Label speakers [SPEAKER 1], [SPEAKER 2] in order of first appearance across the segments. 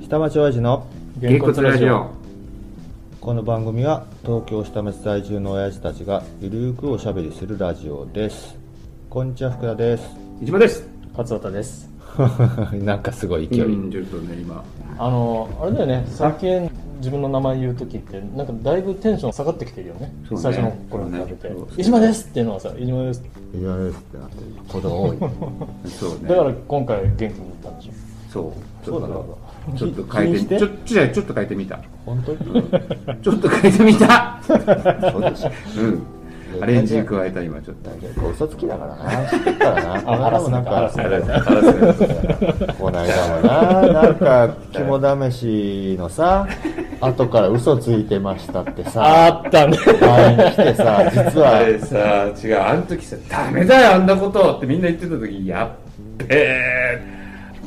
[SPEAKER 1] 下町親父の
[SPEAKER 2] げんこつラジオ
[SPEAKER 1] この番組は東京下町在住の親父たちがゆるーくおしゃべりするラジオですこんにちは福田です
[SPEAKER 2] 一番です
[SPEAKER 3] 勝田です
[SPEAKER 1] なんかすごい勢い、
[SPEAKER 2] うんちょっとね今
[SPEAKER 3] あのあれだよね最近自分の名前言う時ってなんかだいぶテンション下がってきてるよね
[SPEAKER 2] そうね
[SPEAKER 3] 最初の頃に比べて
[SPEAKER 2] そうね
[SPEAKER 3] 「飯島です」っていうのはさ「飯島です
[SPEAKER 1] いやですってなってることが多い
[SPEAKER 2] そう」ね
[SPEAKER 3] だから今回元気になったんでしょ
[SPEAKER 2] そう
[SPEAKER 1] そうなの
[SPEAKER 2] ちょっとちょっと変え
[SPEAKER 3] 気に
[SPEAKER 2] て
[SPEAKER 3] して
[SPEAKER 2] ちょちょちょっと変えてみた
[SPEAKER 1] 本当に
[SPEAKER 2] ちょっと変えてみたそうです
[SPEAKER 1] い
[SPEAKER 2] うん
[SPEAKER 1] や
[SPEAKER 2] アレンジ加えた今ちょっと
[SPEAKER 1] 結構嘘つきだから な知ってっからなこの間もなん
[SPEAKER 3] あらす
[SPEAKER 1] か
[SPEAKER 3] な
[SPEAKER 1] この間もななんか肝試しのさ後から嘘ついてましたってさ
[SPEAKER 3] あった ね
[SPEAKER 1] LINE 来てさ実
[SPEAKER 2] あ
[SPEAKER 1] は
[SPEAKER 2] れさ違うあの時さ「ダメだよあんなこと」ってみんな言ってた時やっべえ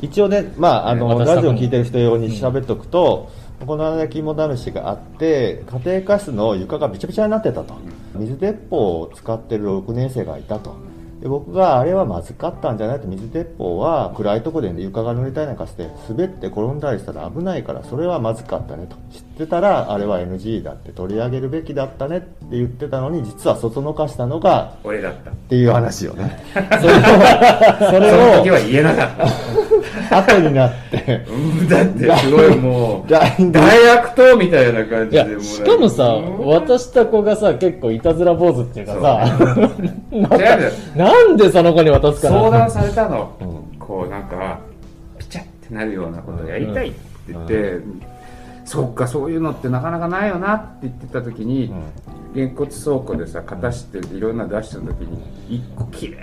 [SPEAKER 1] 一応ね、まあ、あの
[SPEAKER 3] 私
[SPEAKER 1] ラジオ聞いてる人用に喋っとくと、この間肝試しがあって家庭科室の床がびちゃびちゃになってたと水鉄砲を使ってる6年生がいたとで僕があれはまずかったんじゃないと水鉄砲は暗いとこで床が濡れたりなんかして滑って転んだりしたら危ないからそれはまずかったねと知ってたらあれは NG だって取り上げるべきだったねって言ってたのに実は外のかしたのが
[SPEAKER 2] 俺だった
[SPEAKER 1] っていう話よ ねそれをそ
[SPEAKER 2] そ
[SPEAKER 1] れ
[SPEAKER 2] の時
[SPEAKER 1] を
[SPEAKER 2] は言えなかった
[SPEAKER 1] 後にな って
[SPEAKER 2] うんだってすごいもう
[SPEAKER 1] LINE で
[SPEAKER 2] 大悪党みたいな感
[SPEAKER 3] い
[SPEAKER 2] じで
[SPEAKER 3] や
[SPEAKER 2] もうなんか
[SPEAKER 3] しかもさ
[SPEAKER 2] うん
[SPEAKER 3] 渡した子がさ結構いたずら坊主っていうかさなんか
[SPEAKER 2] 違うよ
[SPEAKER 3] なんでその子に渡すか
[SPEAKER 2] 相
[SPEAKER 3] な
[SPEAKER 2] 談されたの、
[SPEAKER 1] う
[SPEAKER 2] こうなんかピチャってなるようなことをやりたいって言って、そっかそういうのってなかなかないよなって言ってた時に、げんこつ倉庫でさ片していろんなの出してた時に一個きれ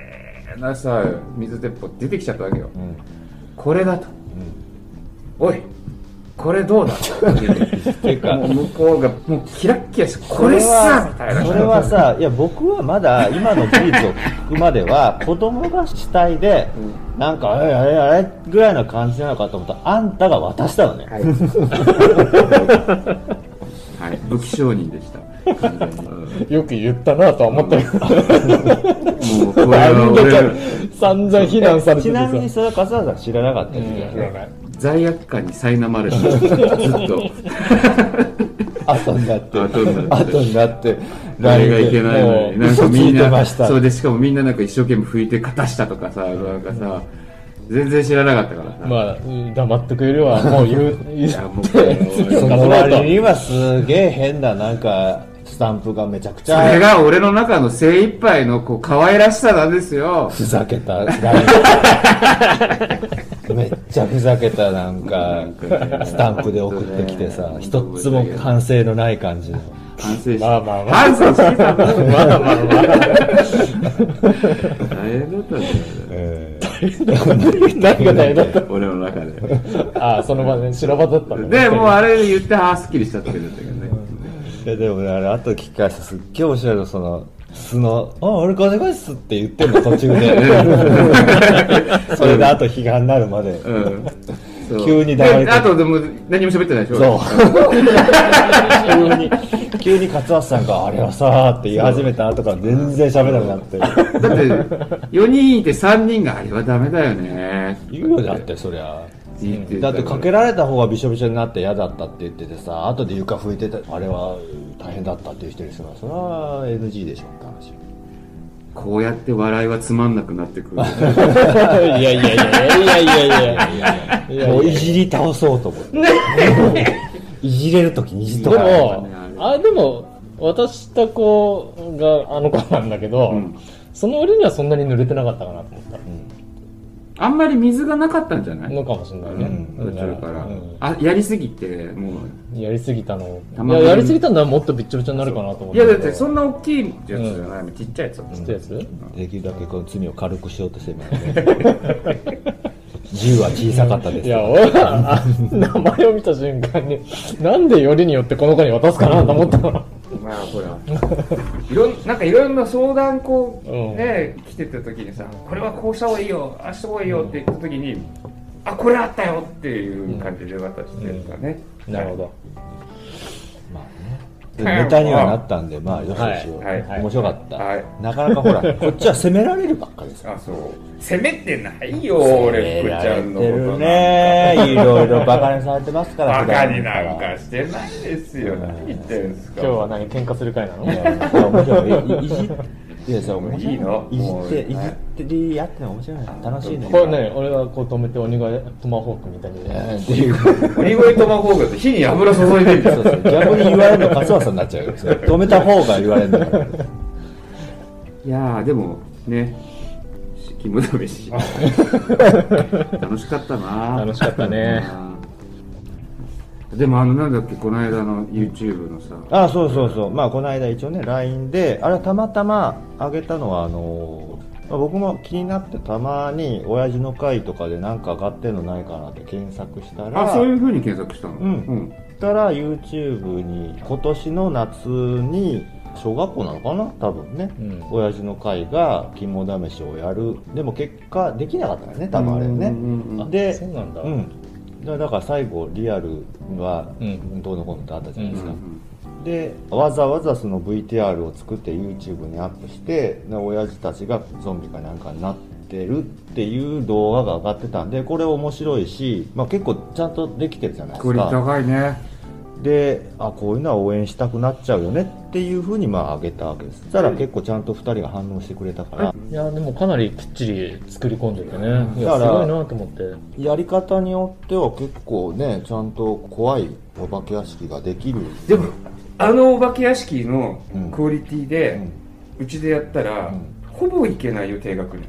[SPEAKER 2] いなさ水鉄砲出てきちゃったわけよ、
[SPEAKER 1] ん
[SPEAKER 2] これだと、おいこれどうだってもう向こうがもうキラッキラしてこれさみたいな
[SPEAKER 1] それはさいや僕はまだ今の事実を聞くまでは子供が主体でなんかあれあれあれぐらいな感じなのかと思ったらあんたが渡したのね、
[SPEAKER 2] はい。はい、武器商人でした。完全にうん
[SPEAKER 3] よく言ったなとは思ったけど
[SPEAKER 2] もうこれ
[SPEAKER 3] あ
[SPEAKER 2] は
[SPEAKER 3] んだ
[SPEAKER 2] 俺
[SPEAKER 3] け
[SPEAKER 2] ら
[SPEAKER 3] 散々非難されて
[SPEAKER 1] ち
[SPEAKER 3] てさ
[SPEAKER 1] なみにそれは笠原さん知らなかったよね、
[SPEAKER 3] う
[SPEAKER 2] 罪悪感に苛まれてずっと。
[SPEAKER 1] 後になって
[SPEAKER 2] 後になって
[SPEAKER 1] 後になって
[SPEAKER 2] あれがいけないの
[SPEAKER 1] もう
[SPEAKER 2] に、なんか
[SPEAKER 1] 嘘つ
[SPEAKER 2] み
[SPEAKER 1] い
[SPEAKER 2] ん
[SPEAKER 1] てま
[SPEAKER 2] な、
[SPEAKER 1] した
[SPEAKER 2] そうでしかもみんななんか一生懸命拭いて片したとかさ、なんかさ、全然知らなかったから
[SPEAKER 3] ん
[SPEAKER 2] さ。
[SPEAKER 3] まあうん黙ってくれるわもう言う言
[SPEAKER 2] いや
[SPEAKER 3] う
[SPEAKER 2] もうこれ俺
[SPEAKER 1] そ
[SPEAKER 2] そ
[SPEAKER 1] の割にはすげえ変ななんかスタンプがめちゃくち
[SPEAKER 2] れ
[SPEAKER 1] ゃ
[SPEAKER 2] が俺の中の精一杯のこう可愛らしさなんですよ。
[SPEAKER 1] ふざけた めっちゃふざけたなんかスタンプで送ってきてさ一つも完成のない感じの
[SPEAKER 2] 反省して。
[SPEAKER 3] まあまあまあ
[SPEAKER 2] 反省してたんだよ。
[SPEAKER 3] まあまあまあ
[SPEAKER 2] 大変だったんだよね
[SPEAKER 3] 何が大変だった
[SPEAKER 2] 俺の中で。
[SPEAKER 3] ああその場で修羅場だったんだ
[SPEAKER 2] で、もうあれ言って、ああ、すっきりしたって言うんだけどね。
[SPEAKER 1] いやでもねあれ後で聞き返してすっげえ面白いのその素の「あ俺金返す」って言ってんの途中でそれであと批判になるまで
[SPEAKER 2] うん。そう
[SPEAKER 1] 急に黙り込む
[SPEAKER 2] であと、でも、何も喋ってないでしょ
[SPEAKER 1] そう 急に急に勝俣さんが「あれはさ」って言い始めた後から全然喋らなくなって
[SPEAKER 2] だって、4人いて3人が、あれはダメだよね。
[SPEAKER 1] 言うよだってそりゃ
[SPEAKER 2] 言って
[SPEAKER 1] だ
[SPEAKER 2] た
[SPEAKER 1] ってかけられた方がびしょびしょになって嫌だったって言っててさ後で床拭いてたあれは大変だったっていう人にすればそれは NG でしょって話
[SPEAKER 2] こうやって笑いはつまんなくなって くる。
[SPEAKER 3] いやいやいやいやいやいやいやいや
[SPEAKER 1] もういじり倒そうと思っていじれる時虹
[SPEAKER 3] で
[SPEAKER 1] とか
[SPEAKER 3] もあでも渡した子があの子なんだけど、
[SPEAKER 2] うん
[SPEAKER 3] その割にはそんなに濡れてなかったかなと思った
[SPEAKER 2] あんまり水がなかったんじゃない
[SPEAKER 3] のかもしれないね、
[SPEAKER 2] 途
[SPEAKER 3] だ
[SPEAKER 2] 中か
[SPEAKER 3] う
[SPEAKER 2] ら
[SPEAKER 3] ん。
[SPEAKER 2] あ、やりすぎて、もう。
[SPEAKER 3] やりすぎたの
[SPEAKER 2] た
[SPEAKER 3] い
[SPEAKER 2] まに
[SPEAKER 3] ややりすぎたのはもっとびっちょびちょになるかなと思っ
[SPEAKER 2] い
[SPEAKER 3] て
[SPEAKER 2] や、だって、そんな大きいやつじゃない。ちっちゃいやつだった
[SPEAKER 3] ちっちゃいやつ
[SPEAKER 1] できるだけこの罪を軽くしようとしてますね銃は小さかったです
[SPEAKER 3] いや俺はあ名前を見た瞬間になんでよりによってこの子に渡すかなと思ったの
[SPEAKER 2] まあほらいろんなんかいろんな相談こう、
[SPEAKER 3] うん
[SPEAKER 2] ね来てた時にさこれはこうした方がいいよああした方がいいよって言った時に、あこれあったよっていう感じで渡してるからね、
[SPEAKER 3] なるほど
[SPEAKER 1] まあねネタにはなったんで、まあ、よしよしよ、
[SPEAKER 2] はいはい
[SPEAKER 1] 面白かった、
[SPEAKER 2] はい
[SPEAKER 1] なかなかほら、こっちは責められるばっかりですよ。
[SPEAKER 2] あそう責めてないよ俺福ちゃんのことなんか
[SPEAKER 1] 責められてるね。いろいろバカにされてますから。
[SPEAKER 2] バカになんかしてないですよ何言ってるんですか
[SPEAKER 3] 今日は何喧嘩する会なの
[SPEAKER 1] いや面白いいいじっていやそう面白
[SPEAKER 2] いいの
[SPEAKER 1] いじってい
[SPEAKER 2] もうは
[SPEAKER 1] じ
[SPEAKER 2] い
[SPEAKER 1] ってり合っての面白いな楽しいね
[SPEAKER 3] これね、俺がこう止めて鬼がトマホークみたいに。
[SPEAKER 1] うんっていう
[SPEAKER 2] 鬼越トマホークだと火に油注いでる
[SPEAKER 1] そうそう逆に言われるの勝俣さんになっちゃうよそれ止めた方が言われるんだから
[SPEAKER 2] いやーでも ね肝試し楽しかったな
[SPEAKER 3] 楽しかったね。
[SPEAKER 2] うんでもあのなんだっけこの間の YouTube のさ
[SPEAKER 1] あそうそうそうまあこの間一応ね LINE であれたまたまあげたのはあのーまあ僕も気になってたまに親父の会とかでなんか上がってんのないかなって検索したら
[SPEAKER 2] あそういうふうに検索したの
[SPEAKER 1] うんったら YouTube に今年の夏に小学校なのかな多分ね、
[SPEAKER 3] うん
[SPEAKER 1] 親父の会が肝試しをやるでも結果できなかったよね多分あれ
[SPEAKER 2] う
[SPEAKER 1] ね
[SPEAKER 2] んうんうん
[SPEAKER 1] で
[SPEAKER 3] そうなんだ。
[SPEAKER 1] う。んだだから最後リアルが
[SPEAKER 3] うん
[SPEAKER 1] どうのこうのってあったじゃないです
[SPEAKER 2] う
[SPEAKER 1] か、
[SPEAKER 2] ん
[SPEAKER 1] でわざわざその VTR を作って YouTube にアップしてで親父たちがゾンビかなんかになってるっていう動画が上がってたんでこれ面白いし、まあ、結構ちゃんとできてるじゃないですか
[SPEAKER 2] クオリティ高いね
[SPEAKER 1] であこういうのは応援したくなっちゃうよねっていうふうにまあ挙げたわけですそしたら結構ちゃんと2人が反応してくれたから、
[SPEAKER 3] いや、でもかなりきっちり作り込んでてね。い
[SPEAKER 1] だか
[SPEAKER 3] や、す
[SPEAKER 1] ら
[SPEAKER 3] ごいなと思って。
[SPEAKER 1] やり方によっては結構ねちゃんと怖いお化け屋敷ができる
[SPEAKER 2] でもあのお化け屋敷の
[SPEAKER 1] うん
[SPEAKER 2] クオリティでうちでやったら、
[SPEAKER 1] うん
[SPEAKER 2] ほぼいけないよ低学年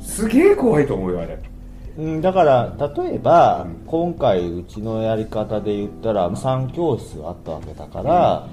[SPEAKER 2] すげえ怖いと思うよあれ
[SPEAKER 1] うん、だから例えば、
[SPEAKER 2] うん
[SPEAKER 1] 今回うちのやり方で言ったら3教室あったわけだから、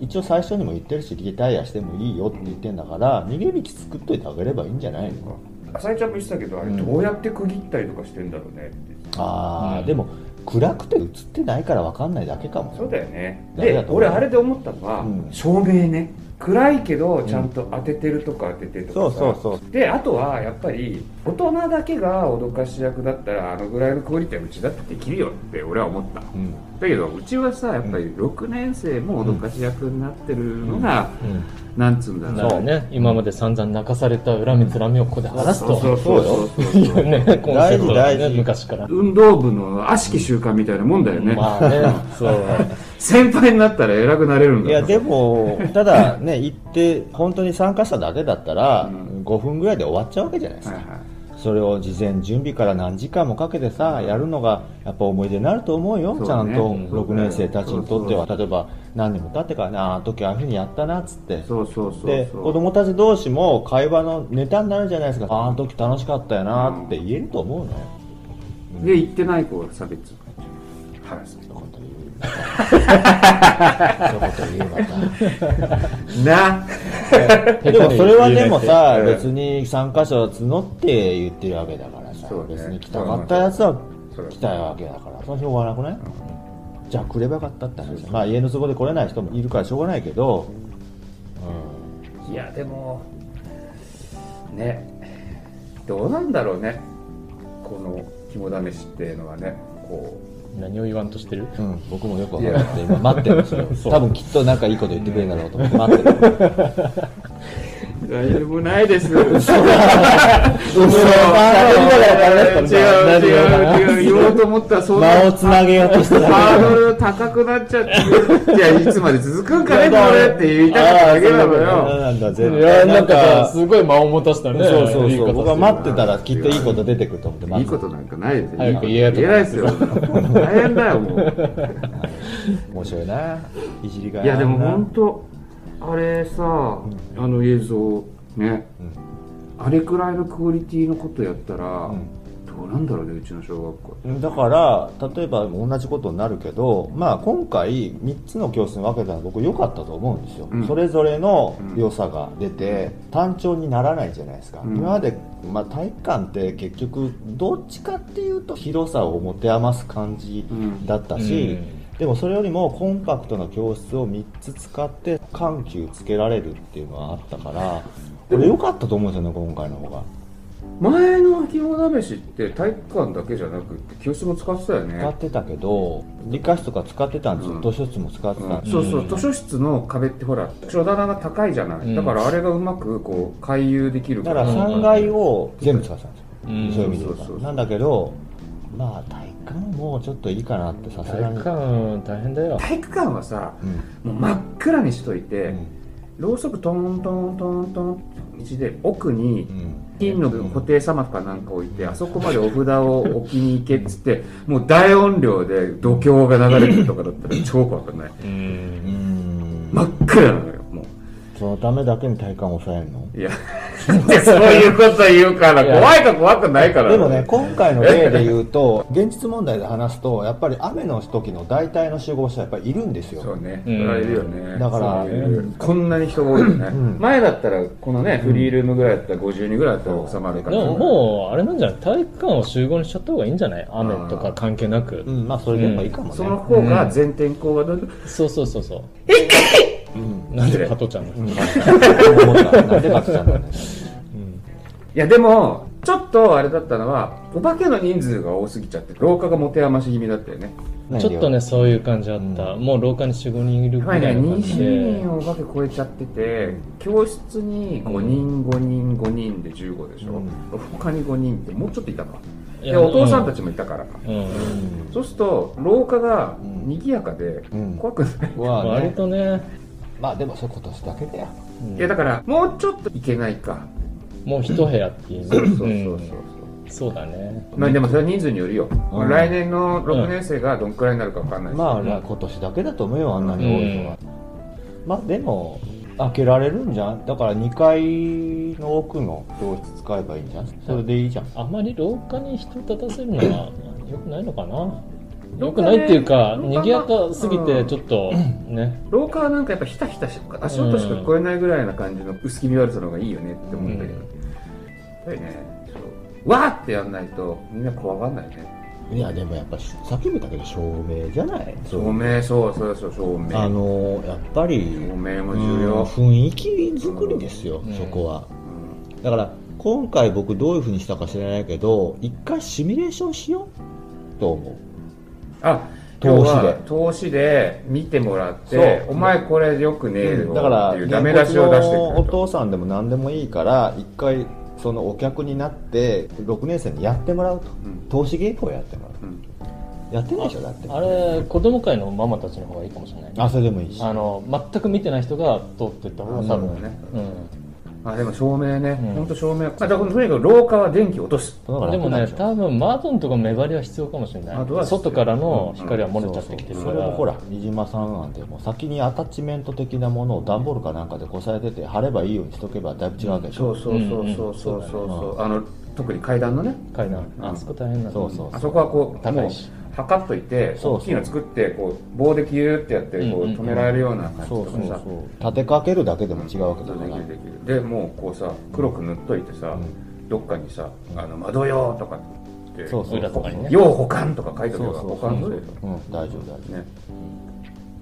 [SPEAKER 1] 一応最初にも言ってるしリタイアしてもいいよって言ってんだから逃げ道作っといてあげればいいんじゃないの
[SPEAKER 2] 浅井ちゃんも言ってたけどあれ
[SPEAKER 1] うん
[SPEAKER 2] どうやって区切ったりとかしてんだろうねって
[SPEAKER 1] ああ、
[SPEAKER 3] うん
[SPEAKER 1] でも暗くて映ってないから分かんないだけかも
[SPEAKER 2] そうだよね
[SPEAKER 1] ダメだ
[SPEAKER 2] で
[SPEAKER 1] と思う
[SPEAKER 2] 俺あれで思ったのは、
[SPEAKER 1] うん
[SPEAKER 2] 照明ね暗いけどちゃんと当ててるとか当ててると
[SPEAKER 1] そ
[SPEAKER 2] か
[SPEAKER 1] う
[SPEAKER 2] さ
[SPEAKER 1] そうそう
[SPEAKER 2] であとはやっぱり大人だけが脅かし役だったらあのぐらいのクオリティはうちだってできるよって俺は思った
[SPEAKER 1] うん
[SPEAKER 2] だけどうちはさやっぱり6年生も脅かし役になってるのが、
[SPEAKER 3] うん。
[SPEAKER 2] なんつうんだ
[SPEAKER 3] だ
[SPEAKER 2] ろ
[SPEAKER 3] か
[SPEAKER 2] う
[SPEAKER 3] らね、今まで散々泣かされた恨みつらみをここで晴らすと。
[SPEAKER 2] そうそうそう そう
[SPEAKER 3] いやね、コンセプトだ
[SPEAKER 1] 大事大
[SPEAKER 3] ね、
[SPEAKER 1] 事
[SPEAKER 3] 昔から。
[SPEAKER 2] 運動部の悪しき習慣みたいなもんだよね、
[SPEAKER 3] まあ ね、そう。
[SPEAKER 2] 先輩になったら偉くなれるん
[SPEAKER 1] い
[SPEAKER 2] だ
[SPEAKER 1] やで
[SPEAKER 2] も
[SPEAKER 1] も、ただね、行って、本当に参加者だけだったら、
[SPEAKER 2] うん
[SPEAKER 1] 5分ぐらいで終わっちゃうわけじゃないです
[SPEAKER 2] はい
[SPEAKER 1] か、
[SPEAKER 2] はい
[SPEAKER 1] それを事前準備から何時間もかけてさ、やるのが、やっぱ思い出になると思うよ、
[SPEAKER 2] そうね
[SPEAKER 1] ちゃんと
[SPEAKER 2] うん
[SPEAKER 1] 6年生たちにとっては、
[SPEAKER 2] そ
[SPEAKER 1] 例えば何年も経ってからね、ああの時ああいうふうにやったなっつって。
[SPEAKER 2] そうそうそうそう
[SPEAKER 1] で子供たち同士も会話のネタになるじゃないですかああの時楽しかったよなって言えると思うのよ、
[SPEAKER 2] で行ってない子は差別ハラスメン
[SPEAKER 1] そういうこと言 うそういうこと言うまた
[SPEAKER 2] トな
[SPEAKER 1] でもそれはでもさ、
[SPEAKER 2] うん
[SPEAKER 1] 別に参加者を募って言ってるわけだからさ、
[SPEAKER 2] そうね
[SPEAKER 1] 別に来たかったやつは
[SPEAKER 2] そう
[SPEAKER 1] 来たわけだから、それはしょうがなくない、じゃあ来ればよかったって話だまあ家の都合で来れない人もいるからしょうがないけど、
[SPEAKER 2] いやでもねどうなんだろうねこの肝試しっていうのはねこ
[SPEAKER 3] 何を言わんとしてる
[SPEAKER 1] うん僕もよく分からなくて、今待ってるんですよ。多分きっとなんかいいこと言ってくれるだろうと思って待ってる。
[SPEAKER 2] う何もない です違う違
[SPEAKER 1] 嘘
[SPEAKER 2] う違う言おうと思ったらそんな
[SPEAKER 1] 間をつなげようと してた
[SPEAKER 2] ハードル高くなっちゃって、いや、いつまで続くんかね、これって言いたかっただけなの
[SPEAKER 1] そう
[SPEAKER 2] よ。
[SPEAKER 1] なんだ、絶
[SPEAKER 3] い
[SPEAKER 1] 対。
[SPEAKER 3] や、なんかさ、すごい間を持たしたね。
[SPEAKER 1] そうそう
[SPEAKER 3] 言い
[SPEAKER 1] そ
[SPEAKER 3] 方
[SPEAKER 1] う。僕は待ってたら
[SPEAKER 2] す
[SPEAKER 1] き
[SPEAKER 2] る
[SPEAKER 1] っといいこと出てくると思って
[SPEAKER 2] い
[SPEAKER 1] 待
[SPEAKER 2] い
[SPEAKER 1] って
[SPEAKER 2] ことなんかないですよ。
[SPEAKER 3] 早く言え
[SPEAKER 2] い
[SPEAKER 3] よ
[SPEAKER 2] いこと言えないですよ。大変だよ、もう。
[SPEAKER 1] 面白いないじりが
[SPEAKER 2] い
[SPEAKER 1] い
[SPEAKER 2] や、でも本当、あれさ、あの映像、ね、あれくらいのクオリティのことやったら、どうなんだろうね、うちの小学校。
[SPEAKER 1] だから例えば同じことになるけど、まあ、今回3つの教室に分けたのは僕良かったと思うんですよ、
[SPEAKER 2] うん
[SPEAKER 1] それぞれの良さが出て、単調にならないじゃないですか、
[SPEAKER 2] うん
[SPEAKER 1] 今まで、まあ、体育館って結局どっちかっていうと広さを持て余す感じ
[SPEAKER 2] うん
[SPEAKER 1] だったし、
[SPEAKER 3] う
[SPEAKER 1] でもそれよりもコンパクトな教室を3つ使って緩急つけられるっていうのはあったからこれ良かったと思うんですよね今回の方が。
[SPEAKER 2] 前の肝試しって体育館だけじゃなくって教室も使ってたよ
[SPEAKER 1] 使っ
[SPEAKER 2] ね
[SPEAKER 1] てたけど理科室とか使ってたんですよ、
[SPEAKER 2] うん
[SPEAKER 1] 図書室も使ってたんですよ、
[SPEAKER 2] そうそう図書室の壁ってほら書棚が高いじゃない、
[SPEAKER 3] うん
[SPEAKER 2] だからあれがうまくこう回遊できる
[SPEAKER 1] だから3階を全部使ってたんですよ、そういう意
[SPEAKER 3] うん
[SPEAKER 1] 味で言えば
[SPEAKER 2] そうそうそう
[SPEAKER 1] なんだけどまあ体育館もちょっといいかなってさす
[SPEAKER 3] 体
[SPEAKER 1] がに
[SPEAKER 3] 育館大変だよ。
[SPEAKER 2] 体育館はさ
[SPEAKER 1] うん
[SPEAKER 2] もう真っ暗にしといて、
[SPEAKER 1] うん
[SPEAKER 2] ろうそくトントントントン一で奥に
[SPEAKER 1] うん
[SPEAKER 2] 金の布袋様かなんか置いてあそこまでお札を置きに行けっつって もう大音量で度胸が流れてるとかだったら超怖くない
[SPEAKER 3] うん。
[SPEAKER 1] うん
[SPEAKER 2] 真っ暗なのよも
[SPEAKER 1] そのためだけに体幹を抑えるの
[SPEAKER 2] うい やでそういうこと言うから
[SPEAKER 3] いや
[SPEAKER 2] 怖いか怖くないから
[SPEAKER 1] でもね今回の例で言うと現実問題で話すとやっぱり雨の時の大体の集合者はやっぱりいるんですよ
[SPEAKER 2] そうね、
[SPEAKER 3] うん
[SPEAKER 2] それはいるよね
[SPEAKER 1] だから
[SPEAKER 2] そういるこんなに人が多いよね、
[SPEAKER 1] うん
[SPEAKER 2] 前だったらこのねフリールームぐらいだったら50人ぐらいだったら収まる
[SPEAKER 3] で
[SPEAKER 2] から
[SPEAKER 3] ももう、あれなんじゃない体育館を集合にしちゃった方がいいんじゃない雨とか関係なく。
[SPEAKER 1] うんまあそれでやっぱいいかもね、
[SPEAKER 2] その方が全天候がどんどん
[SPEAKER 3] そうそうそうそう。
[SPEAKER 1] うん
[SPEAKER 3] なんで加トちゃんの
[SPEAKER 1] うん思ったなんでバツちゃんなんだよ
[SPEAKER 2] いやでもちょっとあれだったのはお化けの人数が多すぎちゃって廊下が持て余し気味だったよね
[SPEAKER 3] ちょっとね、そういう感じあった。
[SPEAKER 1] う
[SPEAKER 3] もう廊下に4、5人いる
[SPEAKER 2] や
[SPEAKER 3] ぐ
[SPEAKER 2] ばい
[SPEAKER 3] ら
[SPEAKER 2] ね
[SPEAKER 3] いの感じ
[SPEAKER 2] 20
[SPEAKER 3] で
[SPEAKER 2] 人。をお化け超えちゃってて教室に5人5人5人で15で
[SPEAKER 1] う
[SPEAKER 2] しょ、
[SPEAKER 1] ん
[SPEAKER 2] 他に5人ってもうちょっといたか
[SPEAKER 3] い
[SPEAKER 2] でお父さんた。ちもいたからか、
[SPEAKER 3] うん。うん
[SPEAKER 2] そうすると廊下が賑やかで
[SPEAKER 1] うん
[SPEAKER 2] 怖くない、
[SPEAKER 1] うんは
[SPEAKER 3] 割
[SPEAKER 1] ね
[SPEAKER 3] とね、
[SPEAKER 1] まあでもそれ今年だけだよ
[SPEAKER 3] うん
[SPEAKER 2] いやだからもうちょっといけないか
[SPEAKER 3] もう一部屋っていうね。
[SPEAKER 2] そうそうそうそう、
[SPEAKER 3] うんそうだね。
[SPEAKER 2] まあでもそれは人数によるよ、
[SPEAKER 1] うん
[SPEAKER 2] 来年の6年生がどんくらいになるかわかんないし、
[SPEAKER 1] まあ、
[SPEAKER 3] うん
[SPEAKER 1] 今年だけだと思うよあんなに多いのは、まあでも開けられるんじゃんだから2階の奥の教室使えばいいんじゃんそれでいいじゃん
[SPEAKER 3] あまり廊下に人立たせるのは良くないのかな良くないっていうか、
[SPEAKER 2] 廊下ね
[SPEAKER 3] 賑やかすぎて
[SPEAKER 2] うん
[SPEAKER 3] ちょっとね、
[SPEAKER 2] 廊下はなんかやっぱひたひたしか足音しか聞こえないぐらいな感じの薄気味悪さの方がいいよねって思ったけど、
[SPEAKER 3] うん
[SPEAKER 2] やっぱりねそうわーってやんないとみんな怖がんないね
[SPEAKER 1] いやでもやっぱ叫ぶだけで証明じゃないそ
[SPEAKER 2] 照
[SPEAKER 1] う
[SPEAKER 2] 明そうそうそう照明
[SPEAKER 1] あのやっぱり
[SPEAKER 2] 照明も重
[SPEAKER 1] うん
[SPEAKER 2] 要、
[SPEAKER 1] 雰囲気作りですよ、
[SPEAKER 3] うん
[SPEAKER 1] そこはだから今回僕どういうふうにしたか知らないけど一回シミュレーションしようと思う
[SPEAKER 2] あ
[SPEAKER 1] 投資で
[SPEAKER 2] 要は投資で見てもらっ
[SPEAKER 1] そう
[SPEAKER 2] てお前これよくねえよ
[SPEAKER 1] だから
[SPEAKER 2] っていうダメ出しを出してく
[SPEAKER 1] お
[SPEAKER 2] ると
[SPEAKER 1] 父さんでも何でもいいから一回そのお客になって6年生にやってもらうと
[SPEAKER 2] うん
[SPEAKER 1] 投資稽古をやってもら
[SPEAKER 2] うん
[SPEAKER 1] うやってないでしょだって
[SPEAKER 3] あれ子供会のママたちの方がいいかもしれない
[SPEAKER 1] あそれでもいいし
[SPEAKER 3] あの全く見てない人が通ってった方が多
[SPEAKER 2] そう
[SPEAKER 3] 分
[SPEAKER 2] だね
[SPEAKER 3] うん
[SPEAKER 2] あでも照明ね、
[SPEAKER 3] うん
[SPEAKER 2] ほんと照明、まあ、だからとにかく廊下は電気落とす
[SPEAKER 1] だから
[SPEAKER 3] で
[SPEAKER 1] 楽
[SPEAKER 3] も
[SPEAKER 1] なん
[SPEAKER 3] ね
[SPEAKER 1] でしょ
[SPEAKER 3] 多分窓のとこ目張りは必要かもしれな
[SPEAKER 2] 窓は必
[SPEAKER 3] い
[SPEAKER 2] 要
[SPEAKER 3] 外からの光は漏れちゃってきてる
[SPEAKER 1] そ
[SPEAKER 3] か
[SPEAKER 1] れ
[SPEAKER 3] ら
[SPEAKER 1] もほら飯島さんなんてもう先にアタッチメント的なものを段ボールかなんかでこさえてて貼ればいいようにしとけばだいぶ違うわけでしょ、
[SPEAKER 2] そうそうそうそうそうそうそうあの特に階段のね
[SPEAKER 3] 階段
[SPEAKER 2] うん
[SPEAKER 3] あそこ大変なんだ
[SPEAKER 1] そうそう
[SPEAKER 2] あそこはこう
[SPEAKER 3] 高
[SPEAKER 2] も
[SPEAKER 3] い
[SPEAKER 2] う
[SPEAKER 3] し
[SPEAKER 2] 測っといて
[SPEAKER 1] そうそう
[SPEAKER 2] 大きいの作ってこう棒でキューってやって
[SPEAKER 3] う
[SPEAKER 2] こうん
[SPEAKER 3] うんうん
[SPEAKER 2] 止められるような感
[SPEAKER 1] そ
[SPEAKER 2] じと
[SPEAKER 1] う
[SPEAKER 2] か
[SPEAKER 1] そう
[SPEAKER 2] さ
[SPEAKER 1] そう立てかけるだけでも違うわけだから、
[SPEAKER 2] できるできるでもうこうさ黒く塗っといてさどっかにさ「あの窓用」とかって
[SPEAKER 1] そうそう
[SPEAKER 3] 裏とかにね
[SPEAKER 2] 要保管」とか書いておけば
[SPEAKER 1] そうそう
[SPEAKER 2] 保管するよ
[SPEAKER 1] うん、大丈夫大丈
[SPEAKER 2] ね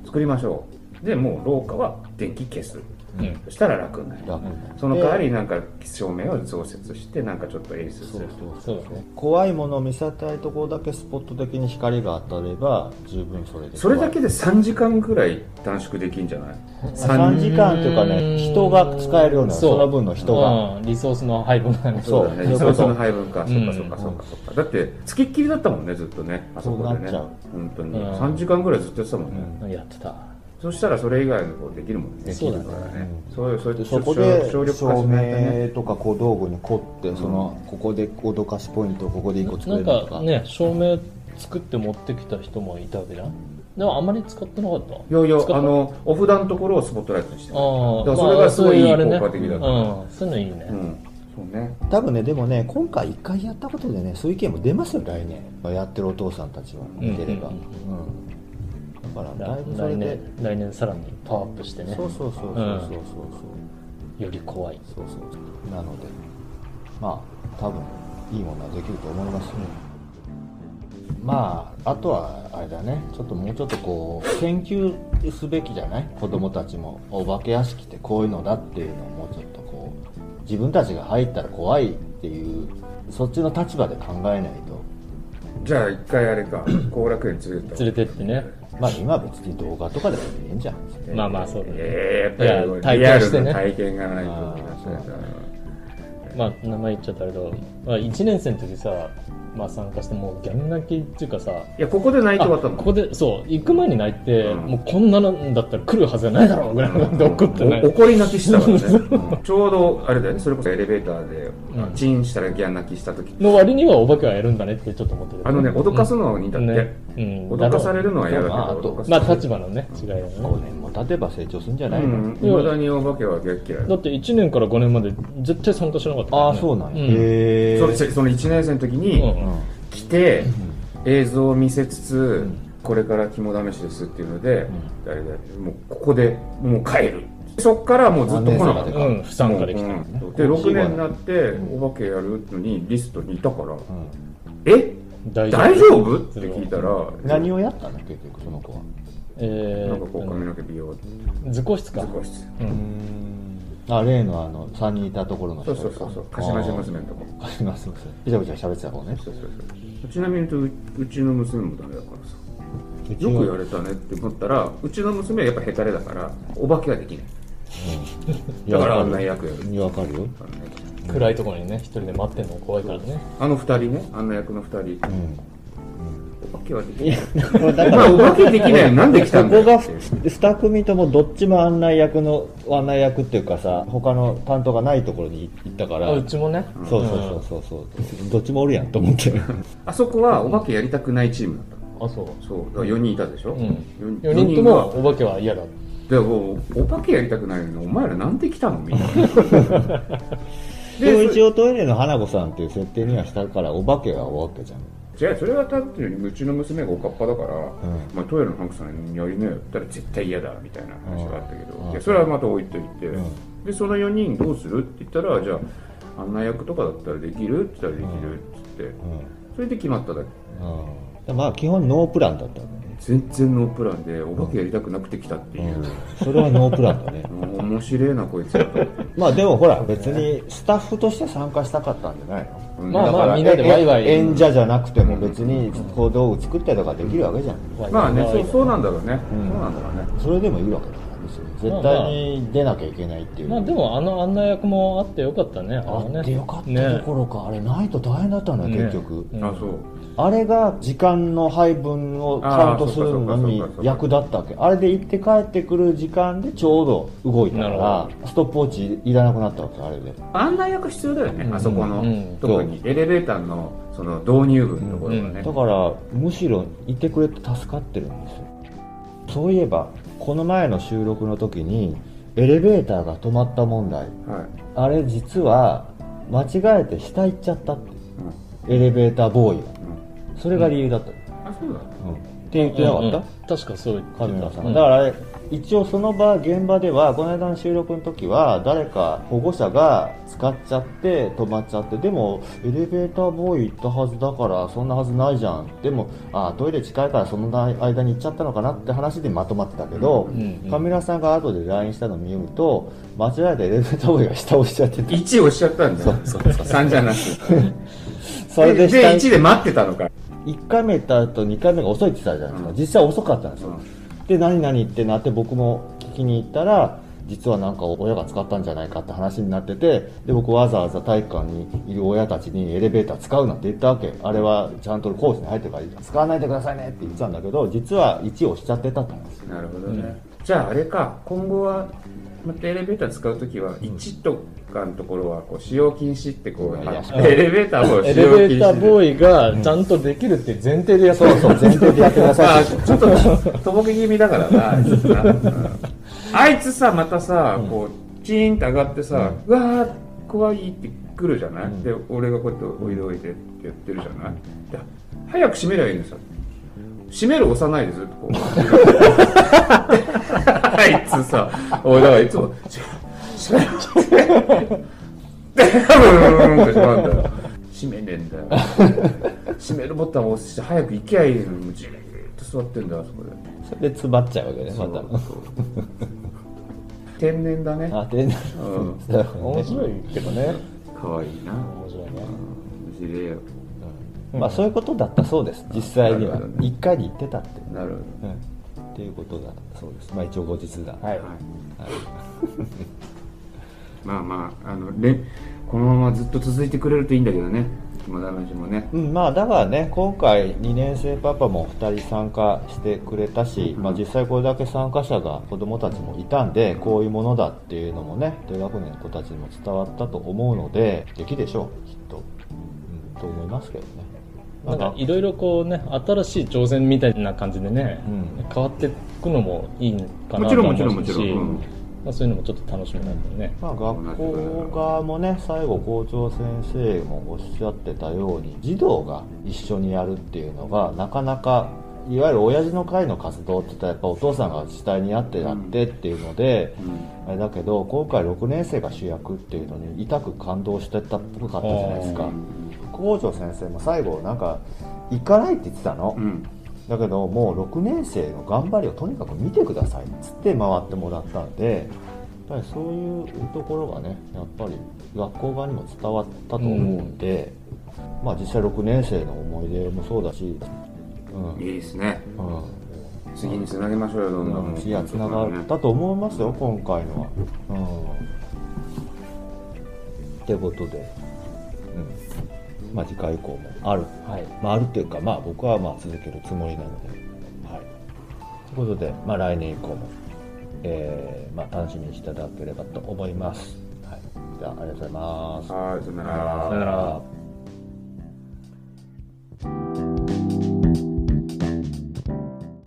[SPEAKER 2] 作りましょうでもう廊下は電気消す
[SPEAKER 3] うん
[SPEAKER 2] そしたら楽になる
[SPEAKER 1] 夫楽になる
[SPEAKER 2] その代わりなんか照明を増設してなんかちょっと演出する
[SPEAKER 3] そうだね
[SPEAKER 1] 怖いものを見せたいところだけスポット的に光が当たれば十分それで
[SPEAKER 2] それだけで3時間ぐらい短縮できんじゃない
[SPEAKER 1] 3時間というか
[SPEAKER 3] う
[SPEAKER 1] ね
[SPEAKER 3] ん
[SPEAKER 1] 人が使えるような
[SPEAKER 3] そう
[SPEAKER 1] その分の人が
[SPEAKER 3] うんリソースの配分がね
[SPEAKER 1] そう
[SPEAKER 2] だ
[SPEAKER 1] そ
[SPEAKER 2] ね
[SPEAKER 1] ういう
[SPEAKER 2] リ
[SPEAKER 1] こ
[SPEAKER 2] ソ
[SPEAKER 1] と
[SPEAKER 2] ースの配分か、そう
[SPEAKER 3] う
[SPEAKER 2] か
[SPEAKER 3] ん
[SPEAKER 2] そうかそうかそうかだってつきっきりだったもんねずっとねあそこで
[SPEAKER 1] そうな
[SPEAKER 2] ね
[SPEAKER 1] っちゃう
[SPEAKER 2] 本当に、
[SPEAKER 3] うん
[SPEAKER 2] 3時間ぐらいずっとやってたもんね、
[SPEAKER 3] やってた
[SPEAKER 2] そしたらそれ以外のことできるもんね
[SPEAKER 3] できる
[SPEAKER 2] だからねそういうそういう
[SPEAKER 1] でそこで照
[SPEAKER 2] 省力化しないとね
[SPEAKER 1] 明とか小道具に凝ってそのここで脅かしポイントをここで1個作
[SPEAKER 3] な
[SPEAKER 1] れ
[SPEAKER 3] ん
[SPEAKER 1] ると
[SPEAKER 3] か
[SPEAKER 1] か
[SPEAKER 3] ね照明作って持ってきた人もいたわけじゃんでもあまり使ってなかった
[SPEAKER 2] いやいや
[SPEAKER 3] 使った
[SPEAKER 2] あのお札のところをスポットライトにしてる
[SPEAKER 3] あ
[SPEAKER 2] だ
[SPEAKER 3] あ
[SPEAKER 2] からそれがすごいいい
[SPEAKER 3] あれね
[SPEAKER 2] 効果的だから
[SPEAKER 3] うんそういうのいいね、
[SPEAKER 2] うんそうね
[SPEAKER 1] 多分ねでもね今回1回やったことでねそういう意見も出ますよ来年やってるお父さんたちは見てれば
[SPEAKER 3] う
[SPEAKER 1] うんんだからだいぶそれ
[SPEAKER 3] 来
[SPEAKER 1] で
[SPEAKER 3] 年来年さらにパワーアップしてね
[SPEAKER 1] そうそうそうそうそうそうそう
[SPEAKER 3] より怖い
[SPEAKER 1] そうそうなのでまあ多分いいものはできると思います、まああとはあれだねちょっともうちょっとこう研究すべきじゃない子供たちもお化け屋敷ってこういうのだっていうのをもうちょっとこう自分たちが入ったら怖いっていうそっちの立場で考えないと
[SPEAKER 2] じゃあ一回あれか後楽園連れてった
[SPEAKER 3] 連れてってね。
[SPEAKER 1] まあ今別に動画とかでもいいんじゃん
[SPEAKER 3] まあまあそうだね
[SPEAKER 2] え
[SPEAKER 3] い
[SPEAKER 2] ー、
[SPEAKER 3] や
[SPEAKER 2] やっぱ
[SPEAKER 3] 体
[SPEAKER 2] りリア
[SPEAKER 3] 験し
[SPEAKER 2] ル
[SPEAKER 3] てね
[SPEAKER 2] な体験がないと
[SPEAKER 1] あーそう
[SPEAKER 3] まあ名前言っちゃったけど、まあ、1年生の時さ、まあ、参加してもうギャン泣きっていうかさ
[SPEAKER 2] いやここで泣いて
[SPEAKER 3] あ
[SPEAKER 2] 終わった
[SPEAKER 3] こ
[SPEAKER 2] の
[SPEAKER 3] こでそう行く前に泣いて、
[SPEAKER 2] うん
[SPEAKER 3] もうこんなのだったら来るはずがないだろうぐらい なんで怒ってない、
[SPEAKER 2] お怒り泣きしたからね、 うんちょうどあれだよねそれこそエレベーターで、
[SPEAKER 3] うん
[SPEAKER 2] チンしたらギャン泣きした時
[SPEAKER 3] の割にはお化けはやるんだねってちょっと思ってる
[SPEAKER 2] あのね脅かすのにだって、
[SPEAKER 3] ねうん
[SPEAKER 2] 脅かされるのは嫌だけど
[SPEAKER 1] まああと
[SPEAKER 2] 脅かす
[SPEAKER 3] まあ立場のね違いだよ
[SPEAKER 1] 5
[SPEAKER 3] ね
[SPEAKER 1] 年も経てば成長するんじゃ
[SPEAKER 2] う
[SPEAKER 1] ないの、
[SPEAKER 2] んいまだにお化けは嫌い
[SPEAKER 3] だって1年から5年まで絶対参加しなかったから
[SPEAKER 1] あ
[SPEAKER 3] ね、
[SPEAKER 1] あそうなんや、
[SPEAKER 3] う
[SPEAKER 1] へえ
[SPEAKER 2] それその1年生の時
[SPEAKER 3] う
[SPEAKER 2] に
[SPEAKER 3] んうん
[SPEAKER 2] 来て、映像を見せつつ、これから肝試しですっていうので、あれだよもうここでもう帰るそっからもうずっと来なかった
[SPEAKER 1] うん
[SPEAKER 3] うん不参加できた、
[SPEAKER 2] うん
[SPEAKER 1] ね
[SPEAKER 2] で6年になってお化けやるのにリストにいたから
[SPEAKER 1] う
[SPEAKER 2] 「
[SPEAKER 1] ん
[SPEAKER 2] え
[SPEAKER 3] 大
[SPEAKER 2] 大丈夫?」って聞いたら
[SPEAKER 1] 何をやったの結局その子は
[SPEAKER 3] えー
[SPEAKER 2] なんかこう髪の毛美容
[SPEAKER 3] 図工室か
[SPEAKER 2] 図工室
[SPEAKER 3] うん
[SPEAKER 1] あ例のあの3人いたところの
[SPEAKER 2] そ
[SPEAKER 1] 人
[SPEAKER 2] うそうそうそうかしなし娘のとこ
[SPEAKER 1] かしまし娘びちゃびちゃ喋ってた方ね
[SPEAKER 2] そうそうそうちなみに言うとううちの娘もダメだからさよく言われたねって思ったらうちの娘はやっぱヘタレだからお化けはできないだからあんな役やる
[SPEAKER 1] いやわかるよ
[SPEAKER 2] あのね
[SPEAKER 3] 暗いところにね一人で待ってんの怖いからね
[SPEAKER 2] あの二人ねあんな役の二人
[SPEAKER 1] うん
[SPEAKER 2] お化けはできないお前お化けでき ないのなんで来た
[SPEAKER 1] そ
[SPEAKER 2] んだ
[SPEAKER 1] こ
[SPEAKER 2] よ
[SPEAKER 1] が
[SPEAKER 2] っていう
[SPEAKER 1] 2組ともどっちも案内役の案内役っていうかさ他の担当がないところに行ったから
[SPEAKER 3] あうちもね
[SPEAKER 1] そうそうそうそうそうどっちもおるやんと思って
[SPEAKER 2] あそこはお化けやりたくないチームだったの
[SPEAKER 3] あそう
[SPEAKER 2] そうだから4人いたでしょ、
[SPEAKER 3] うん
[SPEAKER 2] 四
[SPEAKER 3] 4人ともお化けは嫌だ
[SPEAKER 2] でもお化けやりたくないのにお前らなんで来たのみんな
[SPEAKER 1] でも
[SPEAKER 2] で
[SPEAKER 1] 一応トイレの花子さんっていう設定にはしたからお化けはお化けじゃん
[SPEAKER 2] そ違うそれは単純にうちの娘がおかっぱだから、
[SPEAKER 1] ん
[SPEAKER 2] まあ、トイレのハンクさんにやりなよって言ったら絶対嫌だみたいな話があったけど、
[SPEAKER 1] うん
[SPEAKER 2] でそれはまた置いといて、
[SPEAKER 1] うん
[SPEAKER 2] でその4人どうするって言ったらじゃあ案内役とかだったらできるって言ったらできるって言って、それで決まっただけ
[SPEAKER 1] うん、うん、まあ基本ノープランだったんだね
[SPEAKER 2] 全然ノープランでお化けやりたくなくて来たっていう、
[SPEAKER 1] それはノープランだね
[SPEAKER 2] もう面白いなこいつらと
[SPEAKER 1] まあでもほら別にスタッフとして参加したかったんじゃないの
[SPEAKER 3] まあ
[SPEAKER 2] だ
[SPEAKER 3] ま
[SPEAKER 2] か
[SPEAKER 3] あ
[SPEAKER 2] ら
[SPEAKER 3] みんなでワイワイ
[SPEAKER 1] え演者じゃなくても別に小道具作ったりとかできるわけじゃん、
[SPEAKER 2] まあね、そうそうなん
[SPEAKER 3] だ
[SPEAKER 2] だろうね、
[SPEAKER 1] うん
[SPEAKER 2] そうなんだろうね
[SPEAKER 1] それでもいいわけだから別に絶対に出なきゃいけないっていう、
[SPEAKER 3] まあでもあの案内役もあってよかったね
[SPEAKER 1] あ
[SPEAKER 3] のね
[SPEAKER 1] ってよかった
[SPEAKER 3] ね
[SPEAKER 1] ところか、あれないと大変だったんだ、
[SPEAKER 3] ね
[SPEAKER 1] 結局、
[SPEAKER 3] うん
[SPEAKER 2] あそう
[SPEAKER 1] あれが時間の配分をカウントするのに
[SPEAKER 2] あーそうかそうかそうか
[SPEAKER 1] 役立ったわけあれで行って帰ってくる時間でちょうど動いたか
[SPEAKER 3] な
[SPEAKER 1] らストップウォッチいらなくなったわけあれで
[SPEAKER 2] 案内役必要だよね、あそこの、
[SPEAKER 3] うん
[SPEAKER 2] 特にエレベーターのその導入部のところがね、
[SPEAKER 1] だからむしろいてくれて助かってるんですよそういえばこの前の収録の時にエレベーターが止まった問題
[SPEAKER 2] はい、
[SPEAKER 1] あれ実は間違えて下行っちゃったってエレベーターボーイが
[SPEAKER 2] うんうん
[SPEAKER 1] それが理由だった、
[SPEAKER 2] あそうだ
[SPEAKER 1] うんって言ってなかった、
[SPEAKER 3] うんうん確かそう言
[SPEAKER 1] 神
[SPEAKER 3] って
[SPEAKER 1] 野
[SPEAKER 3] た
[SPEAKER 1] さん、
[SPEAKER 3] うん
[SPEAKER 1] だからあれ一応その場現場ではこの間の収録の時は誰か保護者が使っちゃって止まっちゃってでもエレベーターボーイ行ったはずだからそんなはずないじゃんでもあトイレ近いからその間に行っちゃったのかなって話でまとまってたけど、
[SPEAKER 3] んうん
[SPEAKER 1] カミラさんが後で LINE したの見ると間違えてエレベーターボーイが下を押しちゃってて
[SPEAKER 2] 1押しちゃったんだよ3じゃなくて
[SPEAKER 1] それで
[SPEAKER 2] で
[SPEAKER 1] 下
[SPEAKER 2] 1で待ってたのか
[SPEAKER 1] 1回目行った後2回目が遅いって言ってたじゃないですか、
[SPEAKER 2] うん
[SPEAKER 1] 実際遅かったんですよ、
[SPEAKER 2] う
[SPEAKER 1] で何々ってなって僕も聞きに行ったら実はなんか親が使ったんじゃないかって話になっててで僕わざわざ体育館にいる親たちにエレベーター使うなって言ったわけあれはちゃんとコースに入ってるから使わないでくださいねって言ってたんだけど実は1をしちゃってたって話
[SPEAKER 2] んなるほどね、じゃああれか今後はまたエレベーター使うときは1とかのところはこう使用禁止ってこう、
[SPEAKER 1] いや
[SPEAKER 2] あってエレベーターも
[SPEAKER 3] エ
[SPEAKER 2] 使
[SPEAKER 3] レ
[SPEAKER 2] 用禁止
[SPEAKER 3] ベーターボーイがちゃんとできるっていう前提でやった
[SPEAKER 1] そうそう前提でやってくだ
[SPEAKER 2] ま
[SPEAKER 1] さい
[SPEAKER 2] あ
[SPEAKER 1] って
[SPEAKER 2] ちょっと とぼけ気味だからなあ いつなうんあいつさまたさ、こうチーンって上がってさ、うわー怖いって来るじゃない、で俺がこうやっておいでおいでって言ってるじゃないで早く閉めりゃいいのさ閉める押さないでずっとこ うあいつさ俺だからいつも「閉めろ閉めろ」 ってうんうんってしまうんだよ閉めねえんだよ閉めるボタンを押して早く行きゃいいのにじーっと座ってんだあそこで
[SPEAKER 1] それで詰まっちゃうわけねま
[SPEAKER 2] そう
[SPEAKER 1] た
[SPEAKER 2] そう天然だね
[SPEAKER 1] あで
[SPEAKER 2] うん
[SPEAKER 1] なるほど
[SPEAKER 3] 面
[SPEAKER 1] ね
[SPEAKER 3] 白いけどね
[SPEAKER 2] 可愛いな。
[SPEAKER 3] 面白いね
[SPEAKER 2] 面白いよ。
[SPEAKER 1] まあ、そういうことだったそうです実際に
[SPEAKER 2] な
[SPEAKER 1] は
[SPEAKER 2] るほどね
[SPEAKER 1] 1回に行ってたって、
[SPEAKER 2] なるほ
[SPEAKER 1] うん、っていうことだそうですまあ一応後日だ
[SPEAKER 3] はい
[SPEAKER 2] ど。はい。まあまああのれこのままずっと続いてくれるといいんだけどね。今の話もね。
[SPEAKER 1] うん、まあだからね今回2年生パパも2人参加してくれたし、
[SPEAKER 2] うん
[SPEAKER 1] まあ、実際これだけ参加者が子どもたちもいたんでこういうものだっていうのもね低学年の子たちにも伝わったと思うのでできでしょうきっと、うん、と思いますけどね
[SPEAKER 3] なん
[SPEAKER 1] まだ
[SPEAKER 3] かいろいろこうね新しい挑戦みたいな感じでね、
[SPEAKER 1] うん
[SPEAKER 3] 変わっていくのもいいか
[SPEAKER 2] も
[SPEAKER 3] なと
[SPEAKER 2] ちろん
[SPEAKER 3] 思
[SPEAKER 2] も
[SPEAKER 3] う
[SPEAKER 2] ち
[SPEAKER 3] し
[SPEAKER 2] ろんもちろん。うん
[SPEAKER 3] まあ、そういうのもちょっと楽しみなんだよね、
[SPEAKER 1] まあ、学校側もね最後校長先生もおっしゃってたように児童が一緒にやるっていうのがなかなかいわゆる親父の会の活動って言ったらやっぱお父さんが主体にやってやってっていうので、あれだけど今回6年生が主役っていうのに痛く感動してたっぽかったじゃないです
[SPEAKER 2] う
[SPEAKER 1] か
[SPEAKER 2] ん
[SPEAKER 1] 校長先生も最後なんか行かないって言ってたの、
[SPEAKER 2] うん。
[SPEAKER 1] だけどもう6年生の頑張りをとにかく見てくださいっつって回ってもらったんでやっぱりそういうところがねやっぱり学校側にも伝わったと思うんで、まあ実際6年生の思い出もそうだし、うん
[SPEAKER 2] いいですね。
[SPEAKER 1] うん
[SPEAKER 2] 次につなげましょうよ、どんどん。
[SPEAKER 1] 次はつながったと思いますよ今回のは。うん、ってことで、うん、まあ次回以降もある
[SPEAKER 3] はい
[SPEAKER 1] まあ、あるっていうか、まあ、僕はまあ続けるつもりなので。はい、ということで、まあ、来年以降も、えーまあ、楽しみにしていただければと思います。はい、じゃあありがとうございます。
[SPEAKER 2] はい、さよな
[SPEAKER 1] さ
[SPEAKER 2] ら
[SPEAKER 1] よなら